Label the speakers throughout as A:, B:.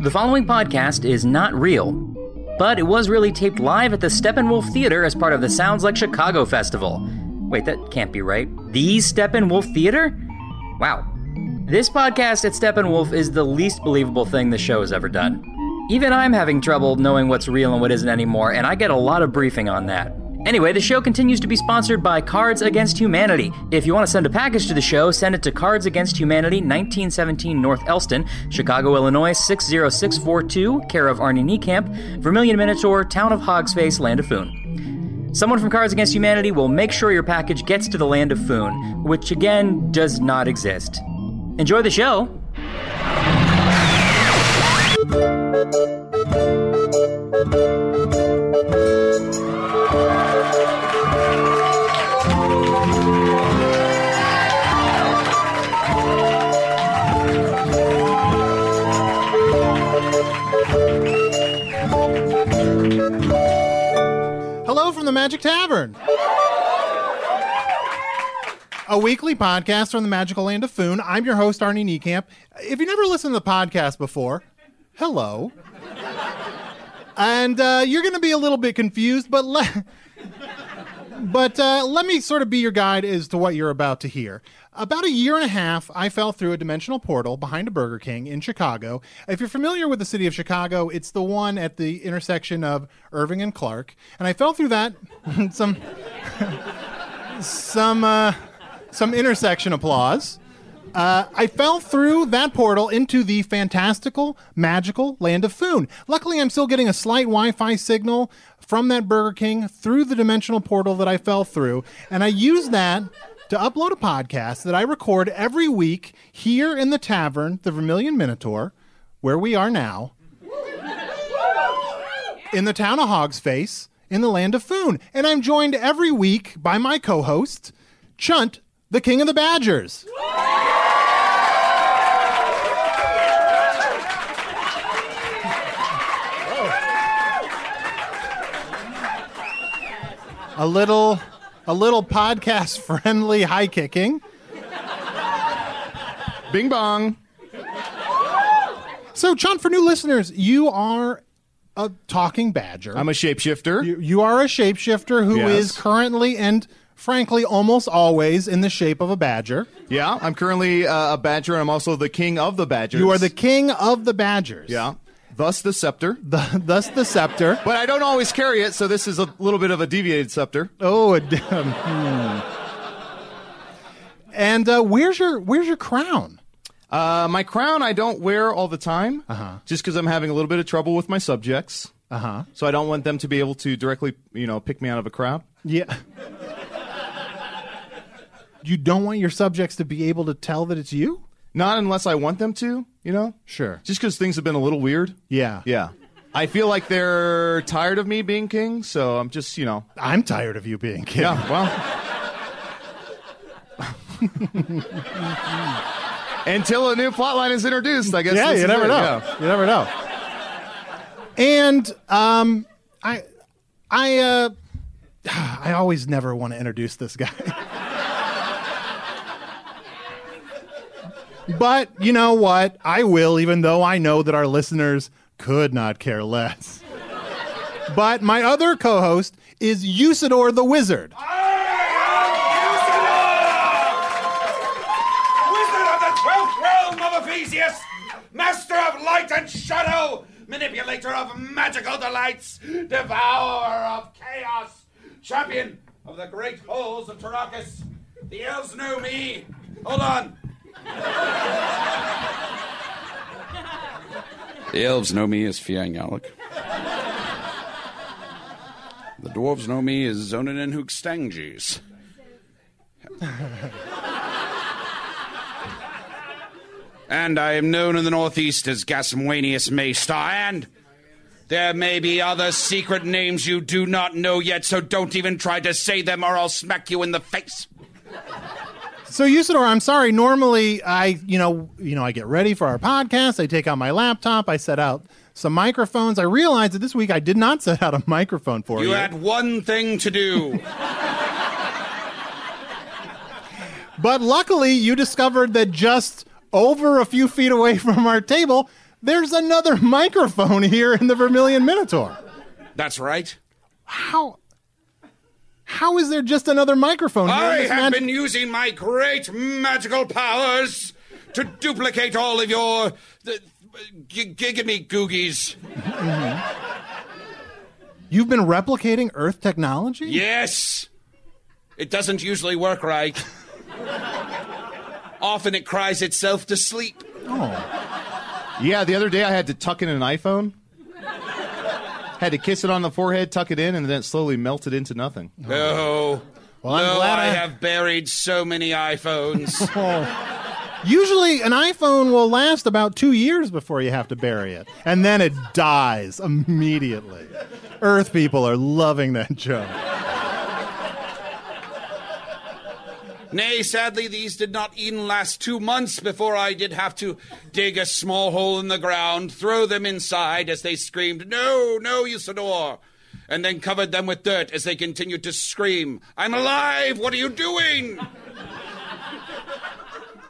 A: The following podcast is not real, but it was really taped live at the Steppenwolf Theater as part of the Sounds Like Chicago Festival. Wait, that can't be right. The Steppenwolf Theater? Wow. This podcast at Steppenwolf is the least believable thing the show has ever done. Even I'm having trouble knowing what's real and what isn't anymore, and I get a lot of briefing on that. Anyway, the show continues to be sponsored by Cards Against Humanity. If you want to send a package to the show, send it to Cards Against Humanity, 1917 North Elston, Chicago, Illinois 60642, care of Arnie Niekamp, Vermilion Minotaur, Town of Hogsface, Land of Foon. Someone from Cards Against Humanity will make sure your package gets to the Land of Foon, which again does not exist. Enjoy the show!
B: Hello from the Magic Tavern. A weekly podcast from the magical land of Foon. I'm your host, Arnie Niekamp. If you never listened to the podcast before, hello. And uh, you're going to be a little bit confused, but let, but uh, let me sort of be your guide as to what you're about to hear. About a year and a half, I fell through a dimensional portal behind a Burger King in Chicago. If you're familiar with the city of Chicago, it's the one at the intersection of Irving and Clark. And I fell through that some some uh, some intersection applause. Uh, I fell through that portal into the fantastical, magical land of Foon. Luckily, I'm still getting a slight Wi Fi signal from that Burger King through the dimensional portal that I fell through, and I use that to upload a podcast that I record every week here in the tavern, the Vermilion Minotaur, where we are now in the town of Hogsface, in the land of Foon. And I'm joined every week by my co host, Chunt, the King of the Badgers. A little, a little podcast friendly high kicking. Bing bong. So, Chunt, for new listeners, you are a talking badger.
C: I'm a shapeshifter.
B: You, you are a shapeshifter who is
C: Yes.
B: currently and frankly almost always in the shape of a badger.
C: yeah, I'm currently uh, a badger, and I'm also the king of the badgers.
B: You are the king of the badgers.
C: yeah, thus the scepter.
B: Th- thus the scepter.
C: but I don't always carry it, so this is a little bit of a deviated scepter.
B: Oh, a d- um, hmm. and uh, where's your where's your crown?
C: Uh, my crown I don't wear all the time, uh-huh. just because I'm having a little bit of trouble with my subjects. Uh huh.
B: Uh-huh.
C: So I don't want them to be able to directly, you know, pick me out of a crowd.
B: Yeah. You don't want your subjects to be able to tell that it's you.
C: Not unless I want them to, you know.
B: Sure.
C: Just because things have been a little weird.
B: Yeah.
C: Yeah. I feel like they're tired of me being king, so I'm just, you know.
B: I'm tired of you being king.
C: Yeah, well. Until a new plotline is introduced, I guess.
B: Yeah,
C: this
B: you
C: is
B: never
C: it,
B: know.
C: yeah.
B: You never know. And um, I, I, uh, I always never want to introduce this guy. but you know what? I will, even though I know that our listeners could not care less. But my other co host is Usador the Wizard.
D: Wizard of the twelfth realm of Ephesius, master of light and shadow, manipulator of magical delights, devourer of chaos, champion of the great halls of Tarakas. The elves know me. Hold on.
E: The elves know me as Fian Yalik. The dwarves know me as Zonin and Hookstangis. and I am known in the Northeast as Gasmuanius Maystar, and there may be other secret names you do not know yet, so don't even try to say them or I'll smack you in the face.
B: So Usador, I'm sorry. Normally, I you know you know I get ready for our podcast. I take out my laptop. I set out some microphones. I realized that this week I did not set out a microphone for you.
E: You had one thing to do.
B: But luckily, you discovered that just over a few feet away from our table, there's another microphone here in the Vermilion Minotaur.
E: That's right.
B: How? How is there just another microphone here? in
E: I
B: Oh, this
E: have
B: magic-
E: been using my great magical powers to duplicate all of your uh, g- giggity googies.
B: You've been replicating Earth technology.
E: Yes, it doesn't usually work right. Often it cries itself to sleep.
C: Oh. Yeah, the other day I had to tuck in an iPhone. had to kiss it on the forehead, tuck it in, and then it slowly melted into nothing.
E: No.
B: Well, I'm
E: no,
B: glad
E: I
B: I-
E: have buried so many iPhones.
B: Oh. Usually, an iPhone will last about two years before you have to bury it, and then it dies immediately. Earth people are loving that joke.
E: Nay, sadly, these did not even last two months before I did have to dig a small hole in the ground, throw them inside as they screamed, No, no, Usador! And then covered them with dirt as they continued to scream, I'm alive! What are you doing?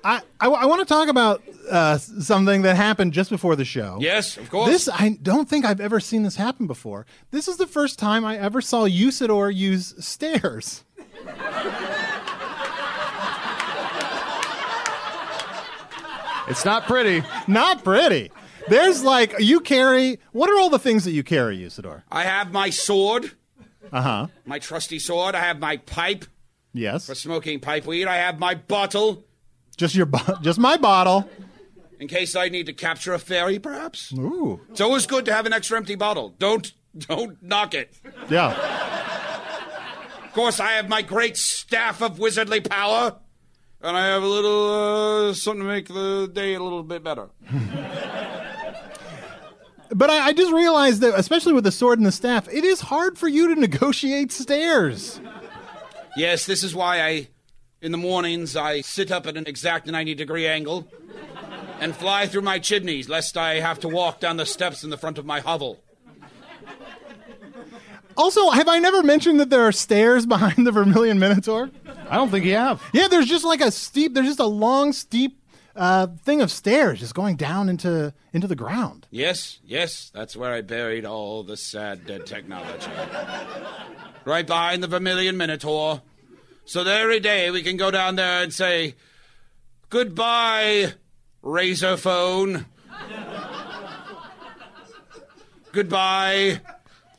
B: I, I, I want to talk about uh, something that happened just before the show.
E: Yes, of course.
B: This I don't think I've ever seen this happen before. This is the first time I ever saw Usador use stairs.
C: It's not pretty.
B: Not pretty. There's like you carry. What are all the things that you carry, Usador?
E: I have my sword. Uh huh.
B: Uh-huh.
E: My trusty sword. I have my pipe for
B: Yes,
E: smoking pipe weed. I have my bottle
B: just your bo- just my bottle.
E: in case I need to capture a fairy, perhaps.
B: Ooh,
E: It's always good to have an extra empty bottle. Don't, don't knock it.
B: yeah.
E: Of course, I have my great staff of wizardly power, and I have a little uh, something to make the day a little bit better.
B: But I, I just realized that, especially with the sword and the staff, it is hard for you to negotiate stairs.
E: Yes, this is why I, in the mornings, I sit up at an exact 90 degree angle and fly through my chimneys, lest I have to walk down the steps in the front of my hovel.
B: Also, have I never mentioned that there are stairs behind the Vermilion Minotaur?
C: I don't think you have.
B: Yeah, there's just like a steep. There's just a long, steep uh, thing of stairs just going down into into the ground.
E: Yes, yes, that's where I buried all the sad dead technology. right behind the Vermilion Minotaur. So that every day we can go down there and say, Goodbye, razor phone. Goodbye.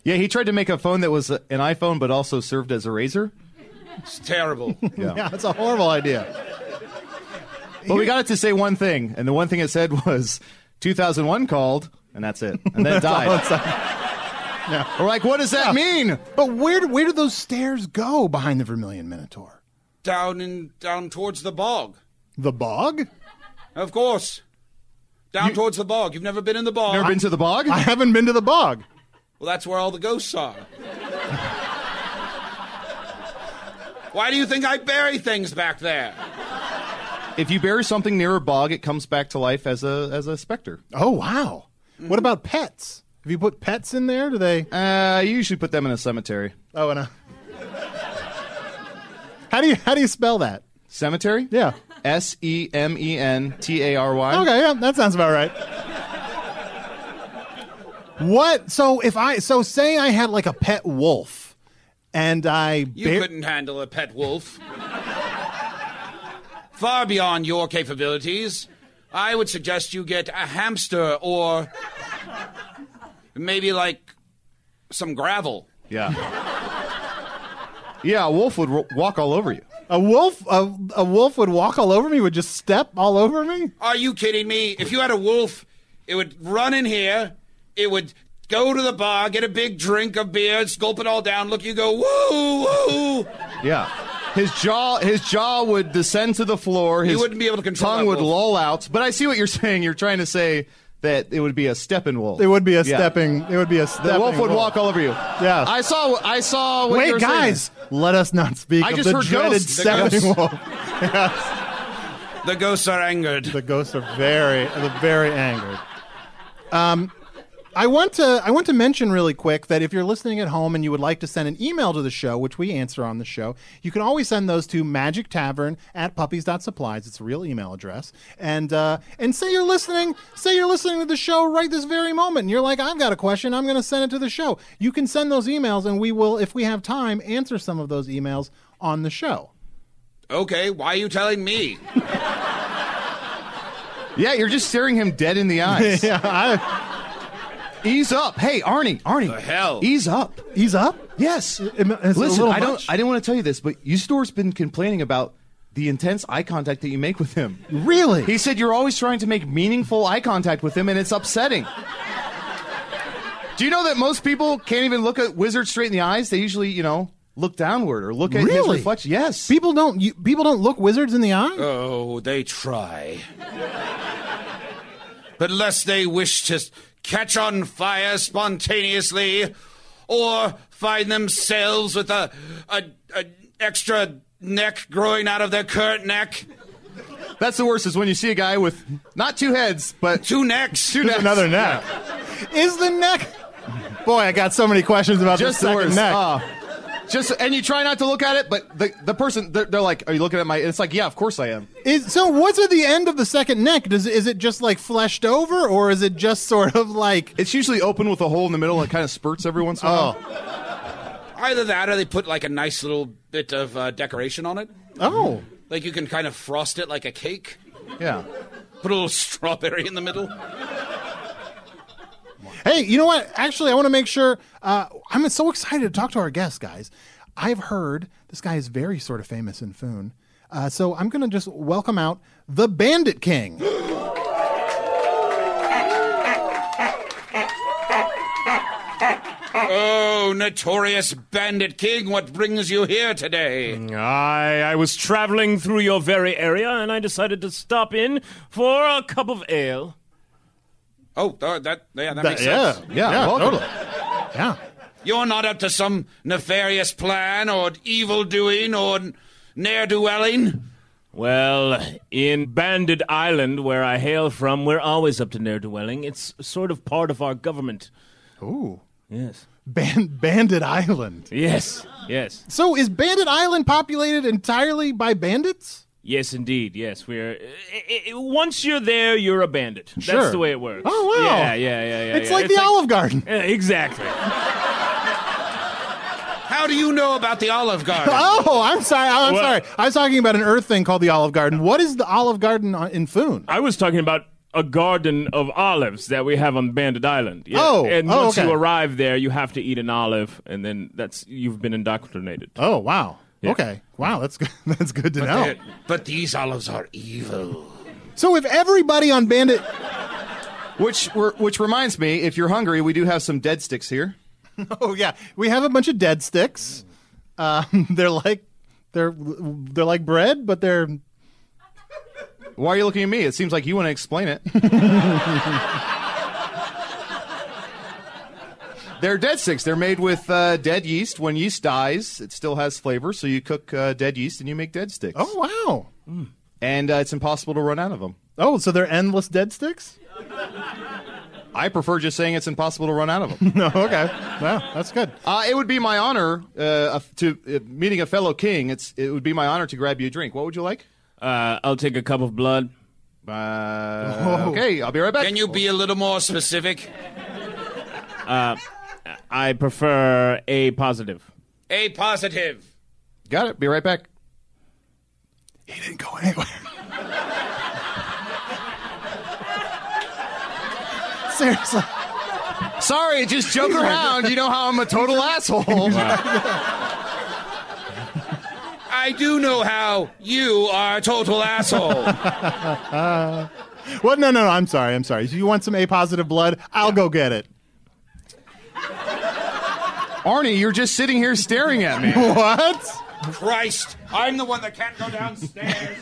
C: Yeah, he tried to make a phone that was uh, an iPhone but also served as a razor.
E: It's terrible.
B: Yeah, that's a horrible idea.
C: But we got it to say one thing, and the one thing it said was 2001 called, and that's it. And then it died. We're like, what does that mean?
B: But where do, where do those stairs go behind the Vermilion Minotaur?
E: down and down towards the bog.
B: The bog?
E: Of course. Down towards the bog. You've never been in the bog.
C: Never been to the bog?
B: I haven't been to the bog.
E: Well, that's where all the ghosts are. Why do you think I bury things back there?
C: If you bury something near a bog, it comes back to life as a as a specter.
B: Oh wow! What about pets? Have you put pets in there? Do they?
C: Uh, I usually put them in a cemetery.
B: Oh, and a. how do you how do you spell that?
C: Cemetery?
B: Yeah.
C: S E M E N T A R Y.
B: Okay, yeah, that sounds about right. What? So if I so say I had like a pet wolf, and I
E: You couldn't handle a pet wolf. Far beyond your capabilities. I would suggest you get a hamster or maybe like some gravel.
C: Yeah. yeah, a wolf would ro- walk all over you.
B: a wolf a, a wolf would walk all over me, would just step all over me.
E: Are you kidding me? If you had a wolf, it would run in here, it would go to the bar, get a big drink of beer, gulp it all down, look, at you go, woo, woo.
C: Yeah. His jaw, his jaw would descend to the floor. His
E: wouldn't be able to control
C: Tongue
E: that
C: would
E: wolf.
C: loll out. But I see what you're saying. You're trying to say that it would be a stepping wolf.
B: It would be a
C: Yeah.
B: stepping. It would be a stepping.
C: The wolf would walk all over you.
B: Yeah.
C: I saw. I saw. What you
B: Wait,
C: were saying.
B: guys, let us not speak
C: I
B: of
C: just
B: the
C: heard
B: dreaded
C: ghosts. The
B: stepping
E: ghosts.
B: wolf.
E: The ghosts are angered.
B: The ghosts are very, they're very angered. Um, I want to I want to mention really quick that if you're listening at home and you would like to send an email to the show, which we answer on the show, you can always send those to magic tavern at puppies.supplies. It's a real email address. And uh, and say you're listening, say you're listening to the show right this very moment, and you're like, I've got a question, I'm gonna send it to the show. You can send those emails and we will, if we have time, answer some of those emails on the show.
E: Okay, why are you telling me?
C: Yeah, you're just staring him dead in the eyes.
B: yeah, I,
C: Ease up. Hey, Arnie. Arnie.
E: The hell?
C: Ease up.
B: ease up.
C: Yes.
B: Am- is it a
C: Listen,
B: little
C: I
B: much?
C: don't. I didn't want to tell you this, but Ustore's been complaining about the intense eye contact that you make with him.
B: Really?
C: He said you're always trying to make meaningful eye contact with him, and it's upsetting. Do you know that most people can't even look at wizards straight in the eyes? They usually, you know, look downward or look at his
B: Really?
C: reflection. Yes.
B: People don't you, people don't look wizards in the eye.
E: Oh, they try. but lest they wish to catch on fire spontaneously or find themselves with a, a, a extra neck growing out of their current neck.
C: That's the worst is when you see a guy with not two heads, but
E: Two necks.
C: two necks.
B: Another neck. Is the neck? Boy, I got so many questions about
C: just
B: the
C: the
B: second
C: worst.
B: neck.
C: Uh, just and you try not to look at it, but the the person they're, they're like, "Are you looking at my?" It's like, "Yeah, of course I am."
B: Is, so, what's at the end of the second neck? Does is it just like fleshed over, or is it just sort of like?
C: It's usually open with a hole in the middle and it kind of spurts every once in a
B: Oh.
C: while.
E: Either that or they put like a nice little bit of uh, decoration on it.
B: Oh,
E: Like you can kind of frost it like a cake.
C: Uh-huh. Yeah.
E: Put a little strawberry in the middle.
B: hey, you know what? Actually, I want to make sure. Uh, I'm so excited to talk to our guest, guys. I've heard this guy is very sort of famous in Foon, uh, so I'm gonna just welcome out the Bandit King.
E: Oh, notorious bandit king, what brings you here today?
F: I, I was traveling through your very area and I decided to stop in for a cup of ale.
E: Oh, uh, that yeah, that, makes
B: yeah,
E: sense.
B: yeah,
C: welcome.
B: totally. Yeah.
E: You're not up to some nefarious plan or evil doing or ne'er do welling.
F: Well, in Banded Island, where I hail from, we're always up to ne'er dwelling. It's sort of part of our government.
B: Ooh,
F: Yes.
B: Ban- Bandit Island.
F: Yes. Yes.
B: So is Bandit Island populated entirely by bandits?
F: Yes, indeed. Yes, we're. eh, i i i- once you're there, you're a bandit.
B: Sure.
F: That's the way it works.
B: Oh, wow.
F: Yeah, yeah, yeah, yeah.
B: it's
F: yeah.
B: like the Olive Garden.
F: Yeah, exactly.
E: How do you know about the Olive Garden?
B: Oh, I'm sorry. I'm
F: What?
B: sorry. I was talking about an Earth thing called the Olive Garden. What is the Olive Garden on- in Foon?
F: I was talking about a garden of olives that we have on Bandit Island. Yeah.
B: Oh,
F: and
B: oh,
F: once
B: okay.
F: you arrive there, you have to eat an olive, and then that's you've been indoctrinated.
B: Oh, wow.
F: Yeah.
B: Okay. Wow, that's good. That's good to know.
E: They're- But these olives are evil.
B: So if everybody on Bandit,
C: Which were, which reminds me, if you're hungry, we do have some dead sticks here.
B: oh yeah, we have a bunch of dead sticks. Um, they're like they're they're like bread, but they're
C: Why are you looking at me? It seems like you want to explain it. They're dead sticks. They're made with uh, dead yeast. When yeast dies, it still has flavor, so you cook uh, dead yeast and you make dead sticks. Mm.
B: oh wow.
C: And uh, it's impossible to run out of them.
B: Oh, so they're endless dead sticks.
C: I prefer just saying it's impossible to run out of them.
B: No, okay. No, that's good.
C: Uh, it would be my honor uh, to uh, meeting a fellow king. It's it would be my honor to grab you a drink. What would you like?
F: Uh, I'll take a cup of blood.
B: Oh,
C: Uh, okay, I'll be right back.
E: Can you be a little more specific?
F: Uh, I prefer A positive.
E: A positive.
C: Got it. Be right back.
B: He didn't go anywhere. Seriously.
C: Sorry, just joke around. You know how I'm a total asshole.
E: I do know how you are a total asshole.
B: Well, no, no, no. I'm sorry. I'm sorry. You want some A positive blood? I'll go get it.
C: Arnie, you're just sitting here staring at me.
B: What?
E: Christ, I'm the one that can't go downstairs.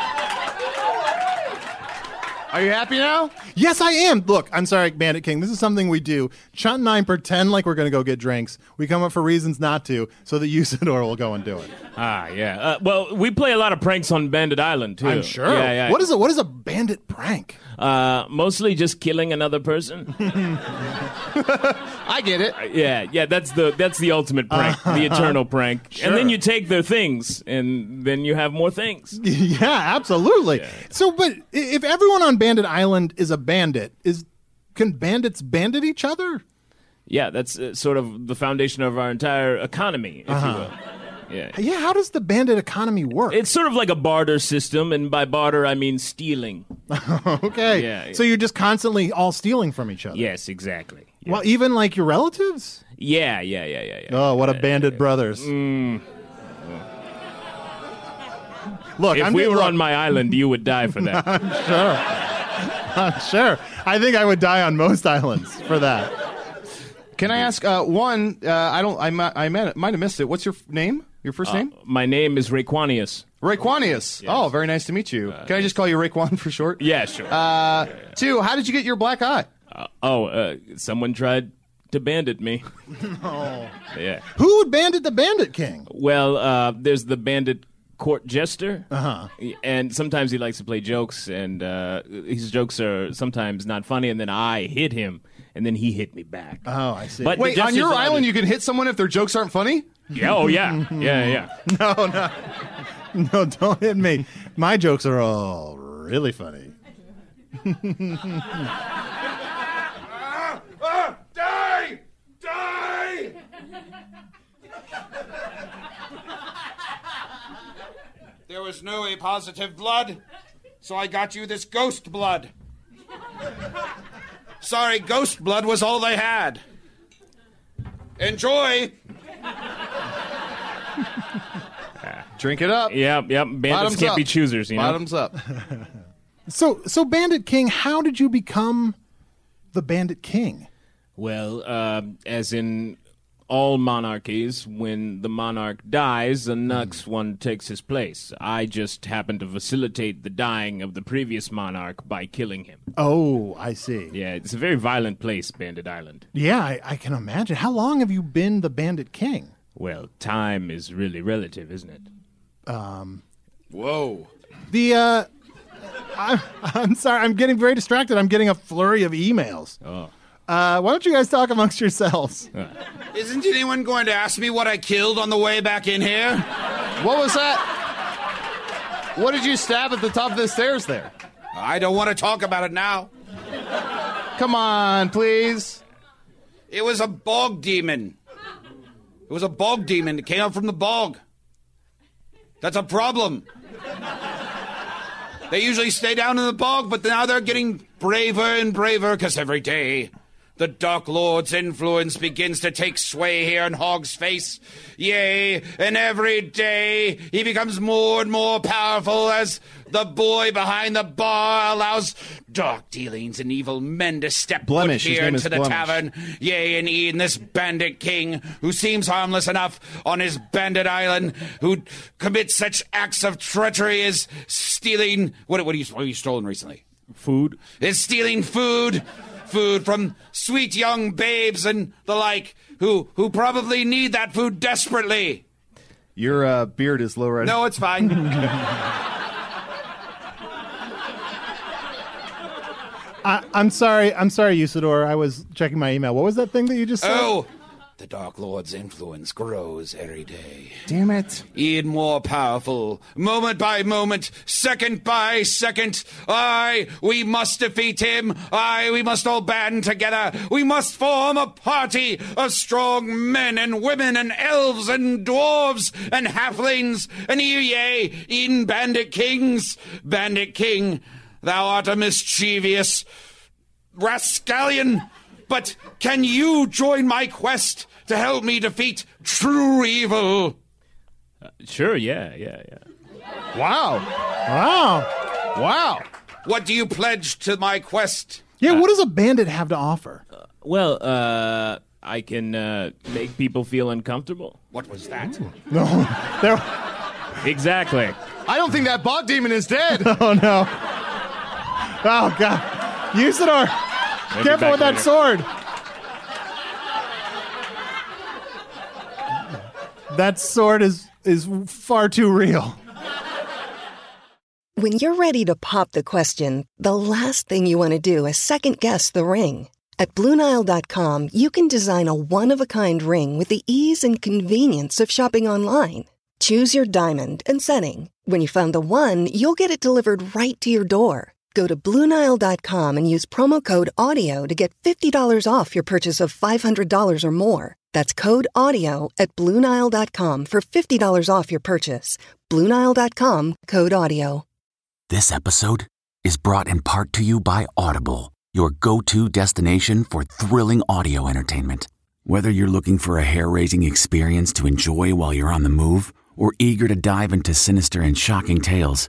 C: Are you happy now?
B: Yes, I am. Look, I'm sorry, Bandit King. This is something we do. Chunt and I pretend like we're going to go get drinks. We come up for reasons not to, so that Usador will go and do it.
F: Ah, yeah. Uh, well, we play a lot of pranks on Bandit Island too.
B: I'm sure.
F: Yeah, yeah.
B: What is a, what is a bandit prank?
F: Uh, mostly just killing another person. Uh,
C: I get it.
F: yeah, yeah. That's the that's the ultimate prank, the eternal prank. And
B: Uh. Sure.
F: then you take their things, and then you have more things.
B: yeah, absolutely. So, but i- if everyone on Bandit Island is a bandit, is can bandits bandit each other?
F: Yeah, that's uh, sort of the foundation of our entire economy, if you will. Yeah.
B: Uh-huh. Yeah, how does the bandit economy work?
F: It's sort of like a barter system, and by barter I mean stealing.
B: okay.
F: yeah.
B: So you're just constantly all stealing from each other.
F: Yes, exactly. Yeah,
B: Well, even like your relatives?
F: yeah, yeah, yeah, yeah. yeah. Mm.
B: Oh, what a bandit brothers. Look,
F: if
B: I'm
F: we
B: ju-
F: were
B: look,
F: on my island, you would die for that.
B: sure. I think I would die on most islands for that.
C: Can
F: Mm-hmm.
C: I ask uh, one? Uh, I don't. I, mi- I might might have missed it. What's your f- name? Your first name?
F: Uh, my name is Raekwanius.
C: Raekwanius. Oh, very nice to meet you. Can I just call you Raekwon for short?
F: Yeah, sure.
C: Uh, two. How did you get your black eye?
F: oh, uh, someone tried to bandit me. Yeah.
B: Who would bandit the bandit king?
F: Well, uh, there's the bandit court jester.
C: Uh-huh.
F: Uh huh. And sometimes he likes to play jokes, and uh, his jokes are sometimes not funny, and then I hit him, and then he hit me back.
B: Oh, I see.
F: But the
C: Wait, on
F: jester's
C: your
F: allowed
C: island,
F: to-
C: you can hit someone if their jokes aren't funny.
F: Yeah, oh, yeah. Yeah, yeah.
B: no, don't hit me. My jokes are all really funny.
D: Ah, die! Die!
E: there was no A positive blood, so I got you this ghost blood. Sorry, ghost blood was all they had. Enjoy.
C: Drink it up.
F: Yep, yep. Bandits
C: Bottoms
F: can't
C: up.
F: be choosers, you know?
C: Bottoms up.
B: So, so Bandit King, how did you become the Bandit King?
F: Well, uh, as in all monarchies, when the monarch dies, the
B: Hmm.
F: next one takes his place. I just happen to facilitate the dying of the previous monarch by killing him.
B: Oh, I see. Yeah,
F: Yeah, it's a very violent place, Bandit Island.
B: I, I can imagine. How long have you been the Bandit King?
F: Well, time is really relative, isn't it?
B: Um,
E: Whoa.
B: Uh, The uh, I, I'm sorry, I'm getting very distracted. I'm getting a flurry of emails. Oh. Uh, why don't you guys talk amongst yourselves?
E: Isn't anyone going to ask me what I killed on the way back in here?
C: What was that? What did you stab at the top of the stairs there?
E: I don't want to talk about it now.
C: Come on, please.
E: It was a bog demon. It was a bog demon. It came up from the bog. That's a problem. They usually stay down in the bog, but now they're getting braver and braver because every day the Dark Lord's influence begins to take sway here in Hog's face. Yea, and every day he becomes more and more powerful as the boy behind the bar allows dark dealings and evil men to step foot
C: Blemish. His
E: here
C: name is
E: into the
C: Blemish.
E: tavern tavern. Yea, and e'en this bandit king, who seems harmless enough on his bandit island, who commits such acts of treachery as stealing. What, what, have, you, what have you stolen recently?
F: Food?
E: Is stealing food, food from sweet young babes and the like, who who probably need that food desperately.
C: Your uh, beard is low right
E: No, it's fine.
B: I, I'm sorry. I'm sorry, Usador. I was checking my email. What was that thing that you just said?
E: Oh, the Dark Lord's influence grows every day.
C: Damn it.
E: Even more powerful, moment by moment, second by second. Aye, we must defeat him. Aye, we must all band together. We must form a party of strong men and women and elves and dwarves and halflings and yea, even bandit kings. Bandit king, thou art a mischievous rascallion. But can you join my quest to help me defeat true evil?
F: Sure, yeah, yeah, yeah.
C: Wow.
B: Wow.
C: Wow.
E: What do you pledge to my quest?
B: Yeah. what does a bandit have to offer?
F: Well, uh, I can uh, make people feel uncomfortable.
E: What was that?
B: There,
F: Exactly.
C: I don't think that bot demon is dead.
B: oh no. Oh god. Usador, careful
F: back
B: with that
F: later.
B: sword. That sword is is far too real.
G: When you're ready to pop the question, the last thing you want to do is second guess the ring. At Bluenile.com, you can design a one of a kind ring with the ease and convenience of shopping online. Choose your diamond and setting. When you find the one, you'll get it delivered right to your door. Go to Bluenile.com and use promo code AUDIO to get $50 off your purchase of $500 or more. That's code AUDIO at Bluenile.com for $50 off your purchase. Bluenile.com code AUDIO.
H: This episode is brought in part to you by Audible, your go to destination for thrilling audio entertainment. Whether you're looking for a hair raising experience to enjoy while you're on the move or eager to dive into sinister and shocking tales,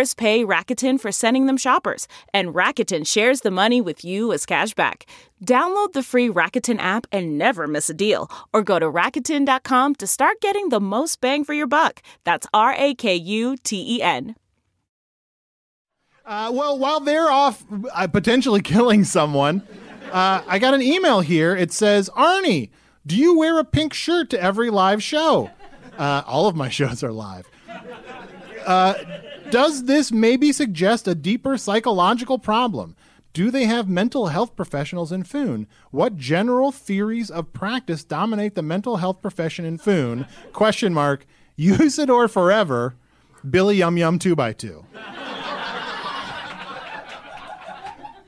I: pay Rakuten for sending them shoppers, and Rakuten shares the money with you as cash back. Download the free Rakuten app and never miss a deal, or go to Rakuten.com to start getting the most bang for your buck. That's R A K U T E N.
B: Uh, well, while they're off uh, potentially killing someone, uh, I got an email here. It says, Arnie, do you wear a pink shirt to every live show? Uh, all of my shows are live. Uh, does this maybe suggest a deeper psychological problem? Do they have mental health professionals in Foon? What general theories of practice dominate the mental health profession in Foon? Question mark. Usador forever. Billy Yum Yum 2x2.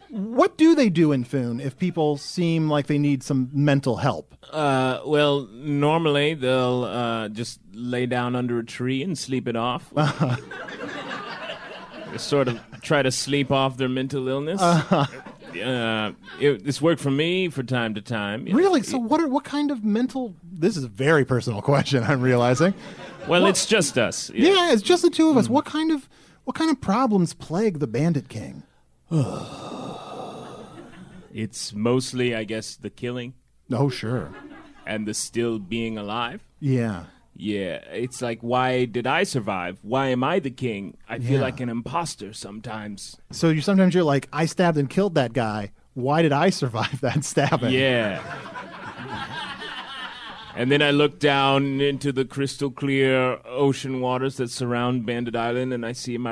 B: What do they do in Foon if people seem like they need some mental help?
F: Uh, well, normally they'll uh, just lay down under a tree and sleep it off. sort of try to sleep off their mental illness. uh it, it's worked for me for time to time. you know.
B: Really? So what are what kind of mental This is a very personal question, I'm realizing.
F: Well, it's just Hmm. us. you know.
B: Yeah, it's just the two of us. What kind of what kind of problems plague the Bandit King?
F: It's mostly, I guess, the killing
B: Oh, sure.
F: and the still being alive.
B: Yeah.
F: Yeah, it's like, why did I survive? Why am I the king? I feel
B: Yeah.
F: like an imposter sometimes.
B: So you sometimes you're like, I stabbed and killed that guy. Why did I survive that stabbing?
F: Yeah. And then I look down into the crystal clear ocean waters that surround Bandit Island and I see my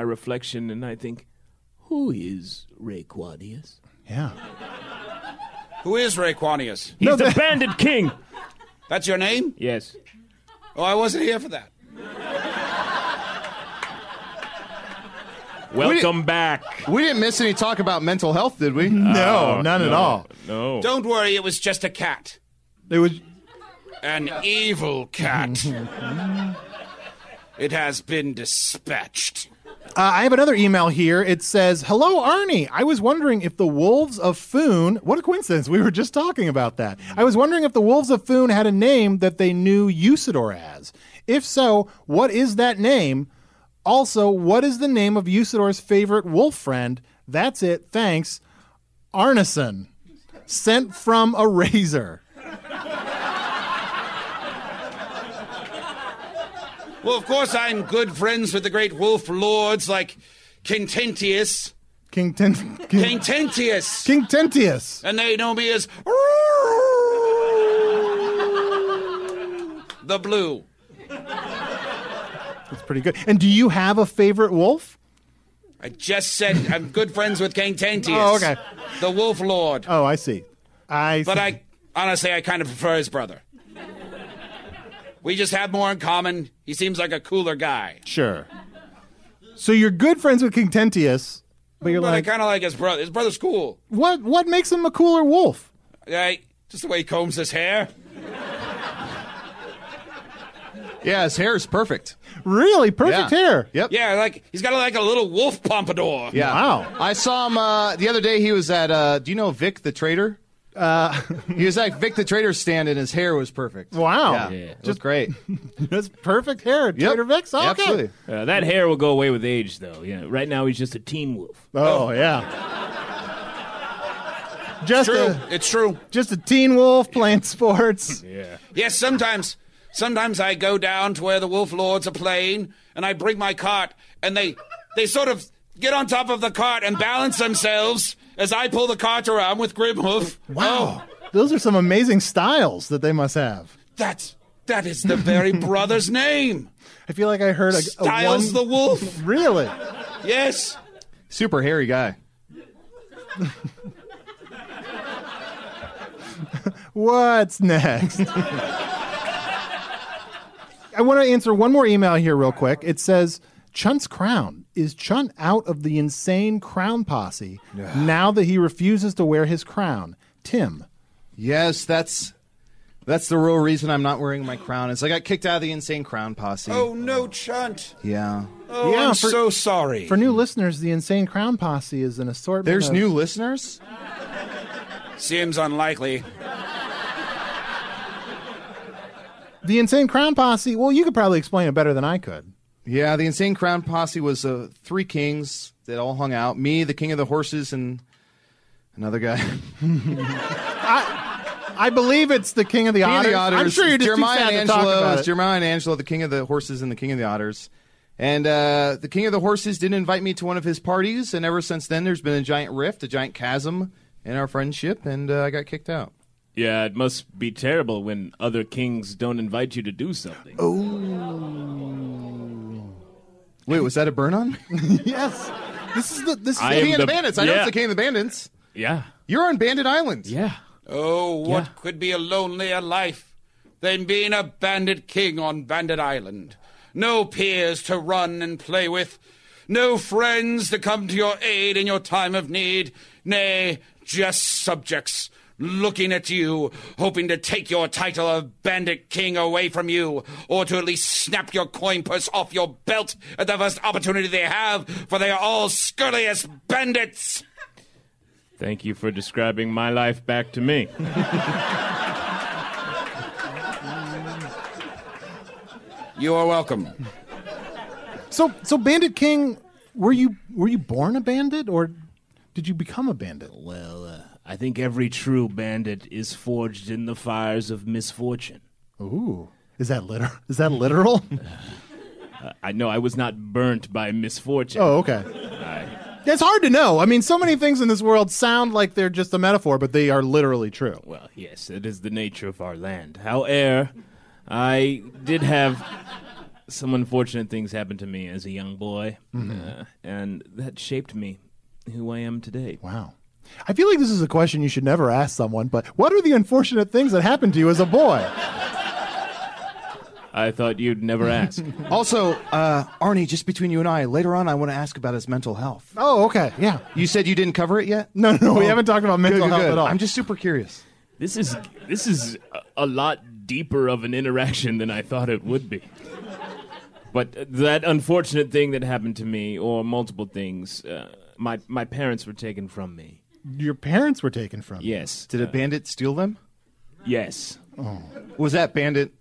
F: reflection and I think, who is Rayquadius?
B: Yeah.
E: Who is Raekwanius?
F: He's the bandit king.
E: That's your name?
F: Yes.
E: Oh, I wasn't here for that.
F: Welcome back.
C: We didn't miss any talk about mental health, did we?
B: No, none at all.
F: Oh, No.
E: Don't worry, it was just a cat.
B: It was
E: An evil cat. it has been dispatched.
B: Uh, I have another email here. It says, "Hello, Arnie. I was wondering if the Wolves of Foon. What a coincidence. We were just talking about that. I was wondering if the Wolves of Foon had a name that they knew Usador as. If so, what is that name? Also, what is the name of Usador's favorite wolf friend? That's it. Thanks, Arneson. Sent from a razor.
E: Well, of course, I'm good friends with the great wolf lords like Contentious.
B: King Ten- King,
E: Contentious!
B: King Tentius.
E: And they know me as the blue.
B: That's pretty good. And do you have a favorite wolf?
E: I just said I'm good friends with Contentious.
B: Oh, okay.
E: The wolf lord.
B: Oh, I see. I.
E: But
B: see.
E: I honestly, I kind of prefer his brother. We just have more in common. He seems like a cooler guy.
B: Sure. So you're good friends with King Tentius, but you're
E: But I
B: like,
E: kind of like his brother. His brother's cool.
B: what? What makes him a cooler wolf?
E: Right? Just the way he combs his hair.
C: Yeah, his hair is perfect.
B: Really perfect
C: Yeah.
B: hair.
C: Yep.
E: Yeah, like he's got like a little wolf pompadour.
C: Yeah.
B: Wow.
C: I saw him uh, the other day. He was at, uh, do you know Vic the Trader? Uh, he was at Vic the Trader's stand and his hair was perfect.
B: Wow.
C: Yeah. Just great.
B: That's perfect hair. at Trader Vic's. Okay.
C: Absolutely.
F: Uh, that hair will go away with age, though. Yeah. Right now, he's just a teen wolf.
B: Oh yeah. Just
E: True.
B: a
E: It's true.
B: just a teen wolf playing sports.
E: Yes, sometimes. Sometimes I go down to where the wolf lords are playing, and I bring my cart, and they they sort of get on top of the cart and balance themselves as I pull the cart around with Grimhoof. Oh,
B: Wow. Those are some amazing styles that they must have.
E: That's that is the very brother's name.
B: I feel like I heard a, a
E: Styles
B: one-
E: the wolf.
B: Really?
E: Yes.
C: Super hairy guy.
B: What's next? I want to answer one more email here, real quick. It says, Chunt's crown. Is Chunt out of the insane crown posse now that he refuses to wear his crown? Tim.
C: Yes, that's that's the real reason I'm not wearing my crown. Is I got kicked out of the insane crown posse.
E: Oh no, Chunt.
C: yeah.
E: Oh,
B: Yeah,
E: I'm
B: for-
E: so sorry.
B: For new listeners, the insane crown posse is an assortment.
C: There's
B: of-
C: new listeners.
E: Seems unlikely.
B: The insane crown posse. Well, you could probably explain it better than I could.
C: Yeah, the insane crown posse was uh, three kings that all hung out. Me, the king of the horses, and another guy.
B: I believe it's the king of the,
C: King of
B: otters.
C: the otters.
B: I'm sure you're just
C: Jeremiah
B: too sad to
C: and
B: talk
C: Angelo.
B: about
C: is
B: it.
C: Jeremiah and Angelo, the king of the horses and the king of the otters. And uh, the king of the horses didn't invite me to one of his parties, and ever since then, there's been a giant rift, a giant chasm in our friendship, and uh, I got kicked out.
F: Yeah, it must be terrible when other kings don't invite you to do something.
B: Oh.
C: Wait, was that a burn on?
B: yes. This is the this is
F: I
B: the
F: am
C: King of the
F: the-
C: Bandits. I know
F: yeah.
C: it's the King of the Bandits.
F: Yeah.
C: You're on Bandit Island.
F: Yeah.
E: Oh, what
F: Yeah.
E: could be a lonelier life than being a bandit king on Bandit Island? No peers to run and play with, no friends to come to your aid in your time of need, nay, just subjects looking at you, hoping to take your title of bandit king away from you, or to at least snap your coin purse off your belt at the first opportunity they have, for they are all scurrilous bandits.
F: Thank you for describing my life back to me.
E: You are welcome.
B: So so Bandit King, were you were you born a bandit or did you become a bandit?
F: Well, uh, I think every true bandit is forged in the fires of misfortune.
B: Ooh. Is that liter is that literal?
F: Uh, I know I was not burnt by misfortune.
B: oh, okay. It's hard to know. I mean, so many things in this world sound like they're just a metaphor, but they are literally true.
F: Well, yes, it is the nature of our land. However, I did have some unfortunate things happen to
B: Mm-hmm.
F: me as a young boy, uh, and that shaped me who I am today.
B: Wow. I feel like this is a question you should never ask someone, but what are the unfortunate things that happened to you as a boy?
F: I thought you'd never ask.
C: also, uh, Arnie, just between you and I, later on, I want to ask about his mental health.
B: Oh, okay. Yeah.
C: You said you didn't cover it yet? Oh.
B: No, no, we haven't talked about mental health at all.
C: I'm just super curious.
F: This is this is a- a lot deeper of an interaction than I thought it would be. But that unfortunate thing that happened to me, or multiple things, uh, my my parents were taken from me.
B: Your parents were taken from. you.
F: Yes, Uh,
C: Did a bandit steal them? Oh.
F: yes.
C: Was that bandit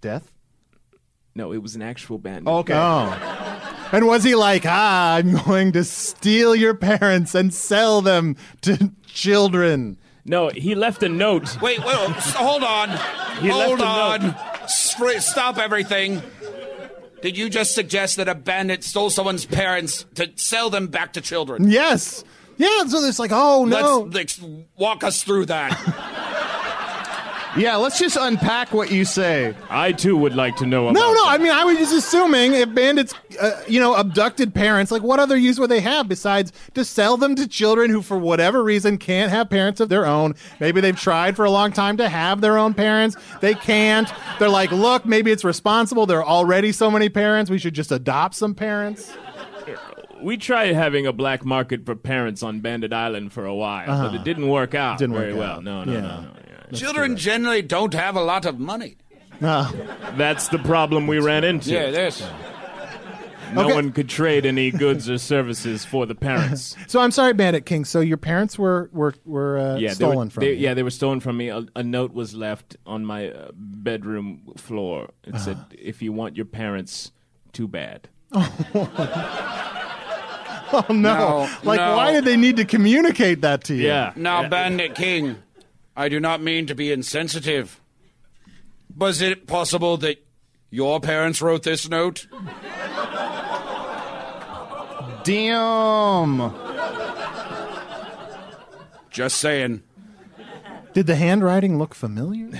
C: death?
F: No, it was an actual bandit. Uh,
C: Oh, okay.
B: Oh. And was he like, ah, I'm going to steal your parents and sell them to children?
F: No, he left a note.
E: Wait, wait, oh, s- hold on.
F: He
E: hold
F: left a
E: on.
F: note.
E: Spr- Stop everything. Did you just suggest that a bandit stole someone's parents to sell them back to children?
B: Yes. Yeah, so it's like, oh no.
E: Let's, let's walk us through that.
C: Yeah, let's just unpack what you say.
F: I too would like to know about.
B: No, no.
F: that.
B: I mean, I was just assuming if bandits, uh, you know, abducted parents, like what other use would they have besides to sell them to children who, for whatever reason, can't have parents of their own? Maybe they've tried for a long time to have their own parents. They can't. They're like, look, maybe it's responsible. There are already so many parents. We should just adopt some parents.
F: we tried having a black market for parents on Bandit Island for a while,
C: Uh-huh.
F: but it didn't work out
B: Didn't
F: very
B: work
F: well.
B: out.
F: No, no,
B: Yeah.
F: no, no. yeah.
E: Children generally don't have a lot of money.
F: That's the problem we ran into.
E: Yeah, there's.
F: no
B: Okay.
F: one could trade any goods or services for the parents.
B: So I'm sorry, Bandit King. So your parents were were were uh,
F: Yeah,
B: stolen
F: they were,
B: from
F: they-
B: you.
F: Yeah, they were stolen from me. A, a note was left on my uh, bedroom floor. It said,
B: Ah.
F: "If you want your parents, too bad."
B: Oh no!
E: No,
B: like,
E: no.
B: why did they need to communicate that to you?
F: Yeah.
E: Now,
F: yeah.
E: Bandit King, I do not mean to be insensitive. Was it possible that your parents wrote this note?
C: Damn.
E: Just saying.
B: Did the handwriting look familiar?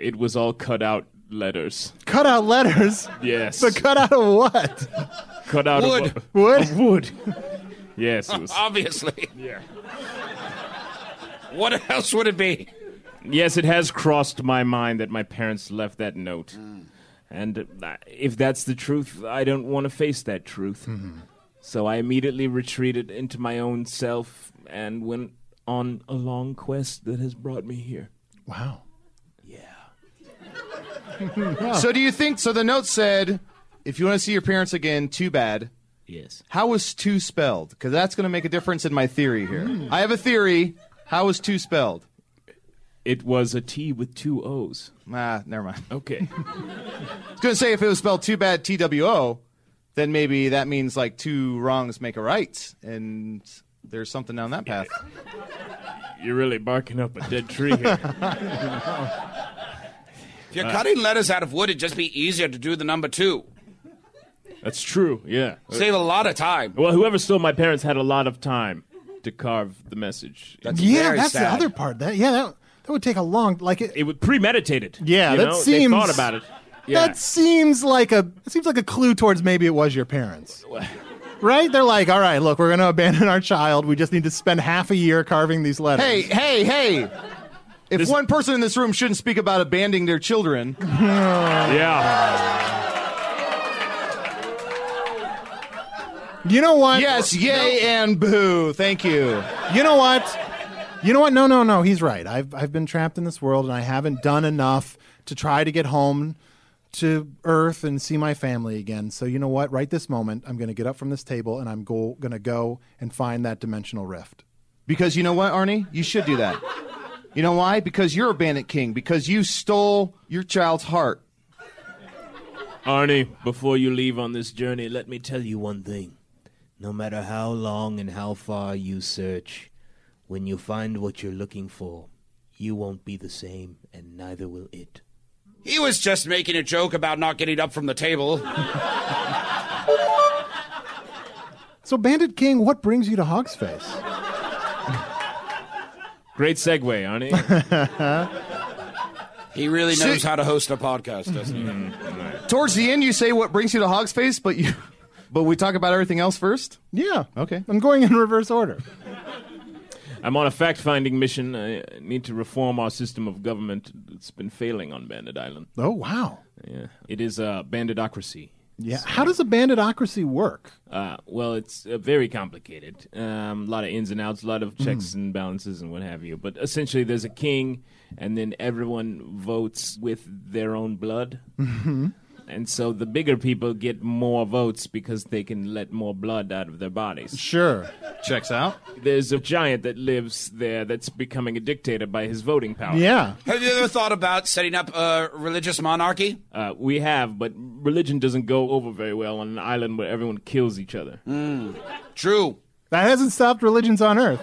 F: it was all cut out letters.
B: Cut out letters.
F: Yes,
B: But cut out of what?
F: cut out of
E: Wood.
F: what-
B: Wood?
F: wood. yes, it was,
E: Obviously. Yeah. What else would it be?
F: yes, it has crossed my mind that my parents left that note, and uh, if that's the truth, I don't want to face that truth.
B: Mm-hmm.
F: So I immediately retreated into my own self and went on a long quest that has brought me here.
B: Wow.
C: So do you think? So the note said, "If you want to see your parents again, too bad."
F: Yes.
C: How was two spelled? Because that's going to make a difference in my theory here.
F: Hmm.
C: I have a theory. How was two spelled?
F: It was a T with two O's.
C: Ah, never mind. I
F: Okay.
C: was going to say if it was spelled too bad, T W O, then maybe that means like two wrongs make a right, and there's something down that path.
F: You're really barking up a dead tree here.
E: If
F: Uh.
E: you're cutting letters out of wood, it'd just be easier to do the number two.
F: That's true, yeah.
E: Save a lot of time.
F: Well, whoever stole my parents had a lot of time to carve the message.
B: yeah,
E: very
B: that's the
E: sad.
B: other part. That yeah, that that would take a long like it.
F: It was premeditated.
B: Yeah,
F: you
B: that
F: know? They
B: seems-
F: thought about it. Yeah.
B: That seems like a that seems like a clue towards maybe it was your parents. Right? They're like, all right, look, we're going to abandon our child. We just need to spend half a year carving these letters.
C: Hey, hey, hey! If one person in this room shouldn't speak about abandoning their children,
F: yeah.
B: you know what?
C: yes, yay and boo. Thank you.
B: You know what? You know what? No, no, no. He's right. I've I've been trapped in this world, and I haven't done enough to try to get home to Earth and see my family again. So you know what? Right this moment, I'm going to get up from this table, and I'm go- going to go and find that dimensional rift.
C: Because you know what, Arnie? You should do that. You know why? Because you're a bandit king. Because you stole your child's heart.
F: Arnie, before you leave on this journey, let me tell you one thing. No matter how long and how far you search, when you find what you're looking for, you won't be the same, and neither will it.
E: He was just making a joke about not getting up from the table.
B: So, Bandit King, what brings you to Hogsface?
F: Great segue, Arnie.
E: He really knows how to host a podcast, doesn't he?
C: Towards the end, you say what brings you to Hog's Face, but you, but we talk about everything else first.
B: Yeah.
C: Okay.
B: I'm going in reverse order.
F: I'm on a fact finding mission. I need to reform our system of government. It's been failing on Bandit Island.
B: Oh, wow.
F: Yeah. It is a banditocracy.
B: Yeah. How does a banditocracy work?
F: Uh, well, it's uh, very complicated. Um, a lot of ins and outs, a lot of checks
B: Hmm.
F: and balances and what have you. But essentially, there's a king, and then everyone votes with their own blood.
B: Mhm.
F: And so the bigger people get more votes because they can let more blood out of their bodies.
B: Sure.
F: Checks out. There's a giant that lives there that's becoming a dictator by his voting power.
E: Have you ever thought about setting up a religious monarchy?
F: Uh, we have, but religion doesn't go over very well on an island where everyone kills each other.
E: Mm. True.
B: That hasn't stopped religions on Earth.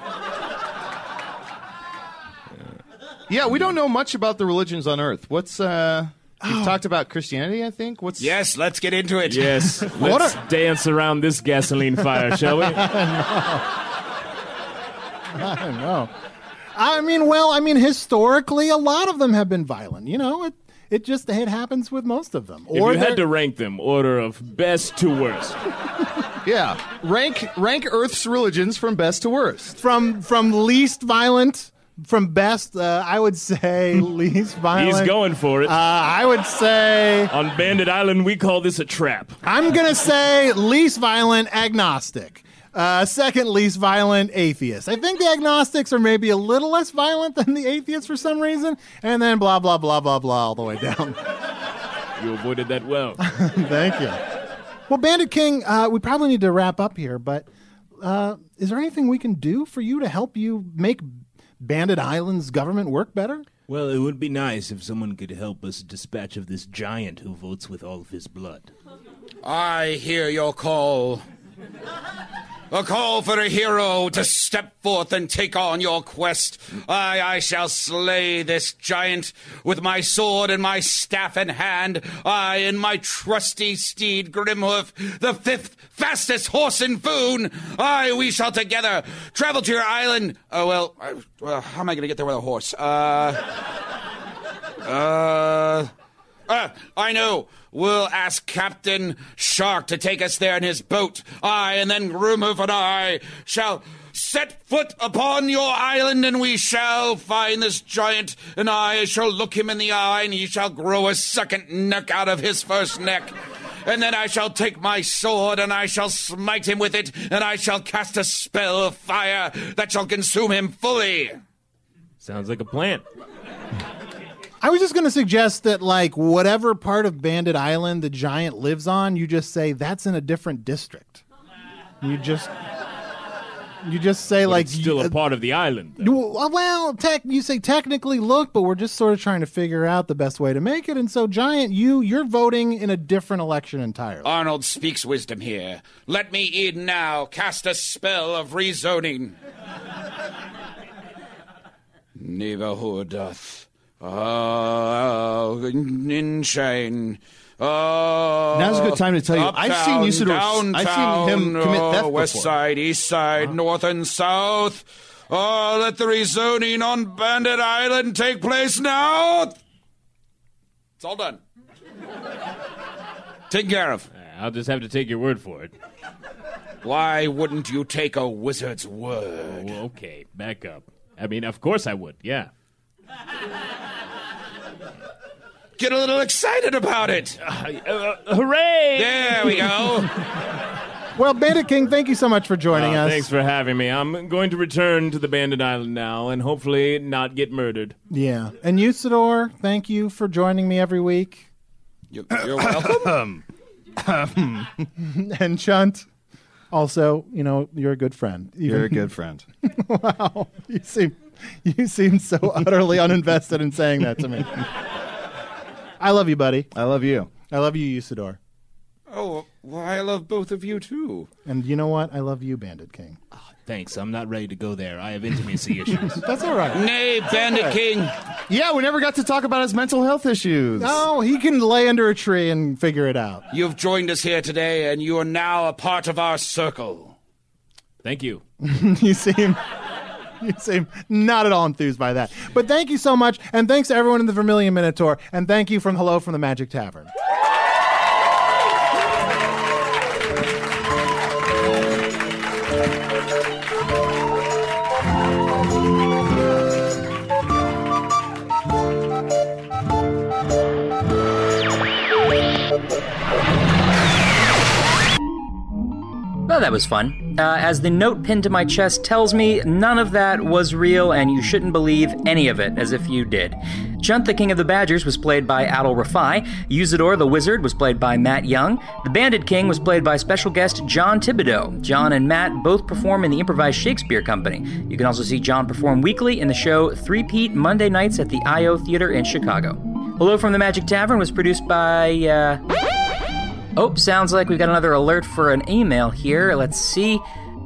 C: Yeah, we don't know much about the religions on Earth. What's uh we've talked about Christianity, I think. What's
E: Yes, let's get into it.
F: Yes. Let's dance around this gasoline fire, shall we?
B: I don't know. I mean, well, I mean, historically, a lot of them have been violent. You know, it it just it happens with most of them.
F: if you
B: they're-
F: had to rank them, order of best to worst.
C: Yeah. Rank rank Earth's religions from best to worst.
B: from from least violent from best uh, i would say least violent
F: He's going for it.
B: uh, i would say
F: on Bandit Island, we call this a trap.
B: i'm gonna say least violent agnostic uh, second least violent atheist. I think the agnostics are maybe a little less violent than the atheists for some reason, and then blah blah blah blah blah all the way down.
F: You avoided that well.
B: Thank you. Well, Bandit King, uh, we probably need to wrap up here, but uh, is there anything we can do for you to help you make Bandit Island's government work better?
J: Well, it would be nice if someone could help us dispatch of this giant who votes with all of his blood.
E: I hear your call. A call for a hero to step forth and take on your quest. I, I shall slay this giant with my sword and my staff in hand. I and my trusty steed Grimhoof, the fifth fastest horse in Foon. I, we shall together travel to your island. Oh well, I, well how am I going to get there with a horse? Uh, uh, uh, I know. We'll ask Captain Shark to take us there in his boat. I and then Grumov and I shall set foot upon your island, and we shall find this giant, and I shall look him in the eye, and he shall grow a second neck out of his first neck. And then I shall take my sword, and I shall smite him with it, and I shall cast a spell of fire that shall consume him fully.
F: Sounds like a plan.
B: I was just going to suggest that, like, whatever part of Bandit Island the giant lives on, you just say that's in a different district. You just, you just say
F: But
B: like uh,
F: it's still a part of the island.
B: You- uh, Well, tech, you say technically look, but we're just sort of trying to figure out the best way to make it. And so, Giant, you you're voting in a different election entirely.
E: Arnold speaks wisdom here. Let me in now, cast a spell of rezoning. Neighborhood doth uh, in chain. Uh,
C: Now's a good time to tell you, I've
E: uptown,
C: seen Usador- I've seen him
E: downtown,
C: commit theft
E: uh, West
C: before.
E: side, east side, north and south. Oh, let the rezoning on Bandit Island take place now. It's all done. Taken care of.
F: Uh, I'll just have to take your word for it.
E: Why wouldn't you take a wizard's word?
F: Oh, okay, back up. I mean, of course I would, yeah.
E: Get a little excited about it.
F: hooray!
E: There we go.
B: Well, Bandit King, thank you so much for joining
F: Uh,
B: us.
F: thanks for having me. I'm going to return to the Bandit Island now and hopefully not get murdered.
B: Yeah, and Usador, thank you for joining me every week.
E: You, you're welcome.
B: and Chunt, also, you know, you're a good friend.
C: You're a good friend.
B: wow, you seem you seem so utterly uninvested in saying that to me. I love you, buddy.
C: I love you.
B: I love you, Usador.
E: Oh, why I love both of you too.
B: And you know what? I love you, Bandit King.
J: Ah, Thanks, I'm not ready to go there. I have intimacy issues.
B: That's all right.
E: Nay, Bandit King.
C: Yeah, we never got to talk about his mental health issues.
B: No, he can lay under a tree and figure it out.
E: You've joined us here today, and you are now a part of our circle.
F: Thank you.
B: you seem you seem not at all enthused by that. But thank you so much, and thanks to everyone in the Vermilion Minotaur, and thank you from Hello from the Magic Tavern.
A: Well, that was fun. Uh, as the note pinned to my chest tells me, none of that was real, and you shouldn't believe any of it, as if you did. Junt the King of the Badgers was played by Adol Rafai. Usador the Wizard was played by Matt Young. The Bandit King was played by special guest John Thibodeau. John and Matt both perform in the Improvised Shakespeare Company. You can also see John perform weekly in the show Three Pete Monday nights at the I.O. Theater in Chicago. Hello from the Magic Tavern was produced by. Uh, Oh, sounds like we've got another alert for an email here. Let's see.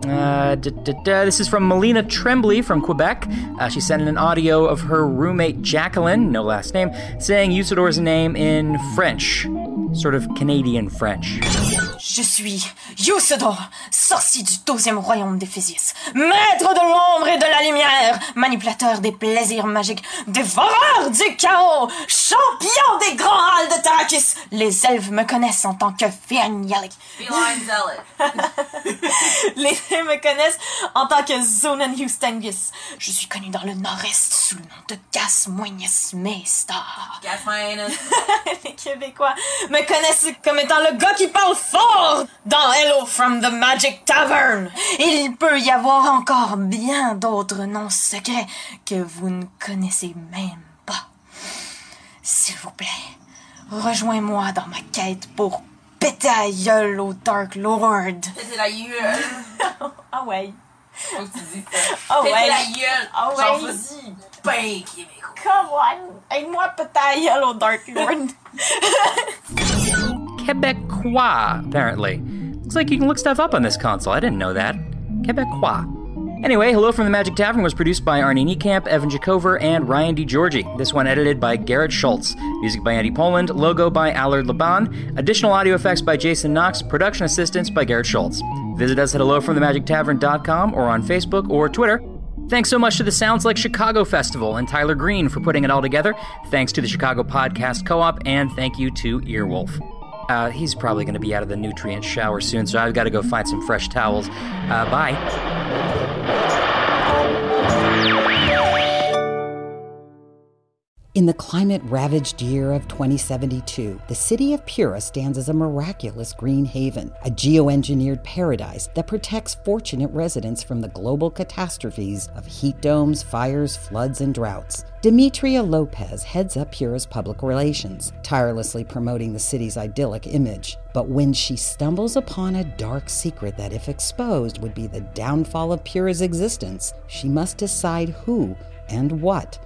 A: Uh, da, da, da. This is from Melina Tremblay from Quebec. Uh, she sent in an audio of her roommate Jacqueline, no last name, saying Usador's name in French, sort of Canadian French.
K: Je suis Usador, sorcier du deuxième royaume d'Éphésius, maître de l'ombre et de la lumière, manipulateur des plaisirs magiques, dévoreur du chaos, champion des grands halles de Tarakis. Les elfes me connaissent en tant que Fiangyalik.
L: Feline zealot.
K: Les nains me connaissent en tant que Zonan Hustangus. Je suis connu dans le nord-est sous le nom de Gas Moignes Maestar.
L: Gas Moines.
K: Les Québécois me connaissent comme étant le gars qui parle fort dans Hello from the Magic Tavern. Il peut y avoir encore bien d'autres noms secrets que vous ne connaissez même pas. S'il vous plaît, rejoins-moi dans ma quête pour péter la gueule au Dark Lord.
L: Pétez la gueule.
K: Ah ouais.
L: Faut que tu dises ça.
K: Ah
L: Pétez
K: ouais.
L: la gueule.
K: Ah
L: Genre,
K: ouais.
L: vas-y, ben Québécois.
K: Come on, aide-moi péter la gueule au Dark Lord.
A: Quebecois, apparently. Looks like you can look stuff up on this console. I didn't know that. Quebecois. Anyway, Hello from the Magic Tavern was produced by Arnie Niekamp, Evan Jacover, and Ryan DiGiorgi. This one edited by Garrett Schultz. Music by Andy Poland, logo by Allard Laban, additional audio effects by Jason Knox, production assistance by Garrett Schultz. Visit us at hellofromthemagictavern.com or on Facebook or Twitter Thanks so much to the Sounds Like Chicago Festival and Tyler Green for putting it all together. Thanks to the Chicago Podcast Co op, and thank you to Earwolf. Uh, he's probably going to be out of the nutrient shower soon, so I've got to go find some fresh towels. Uh, bye.
M: In the climate ravaged year of 2072, the city of Pura stands as a miraculous green haven, a geoengineered paradise that protects fortunate residents from the global catastrophes of heat domes, fires, floods, and droughts. Demetria Lopez heads up Pura's public relations, tirelessly promoting the city's idyllic image. But when she stumbles upon a dark secret that, if exposed, would be the downfall of Pura's existence, she must decide who and what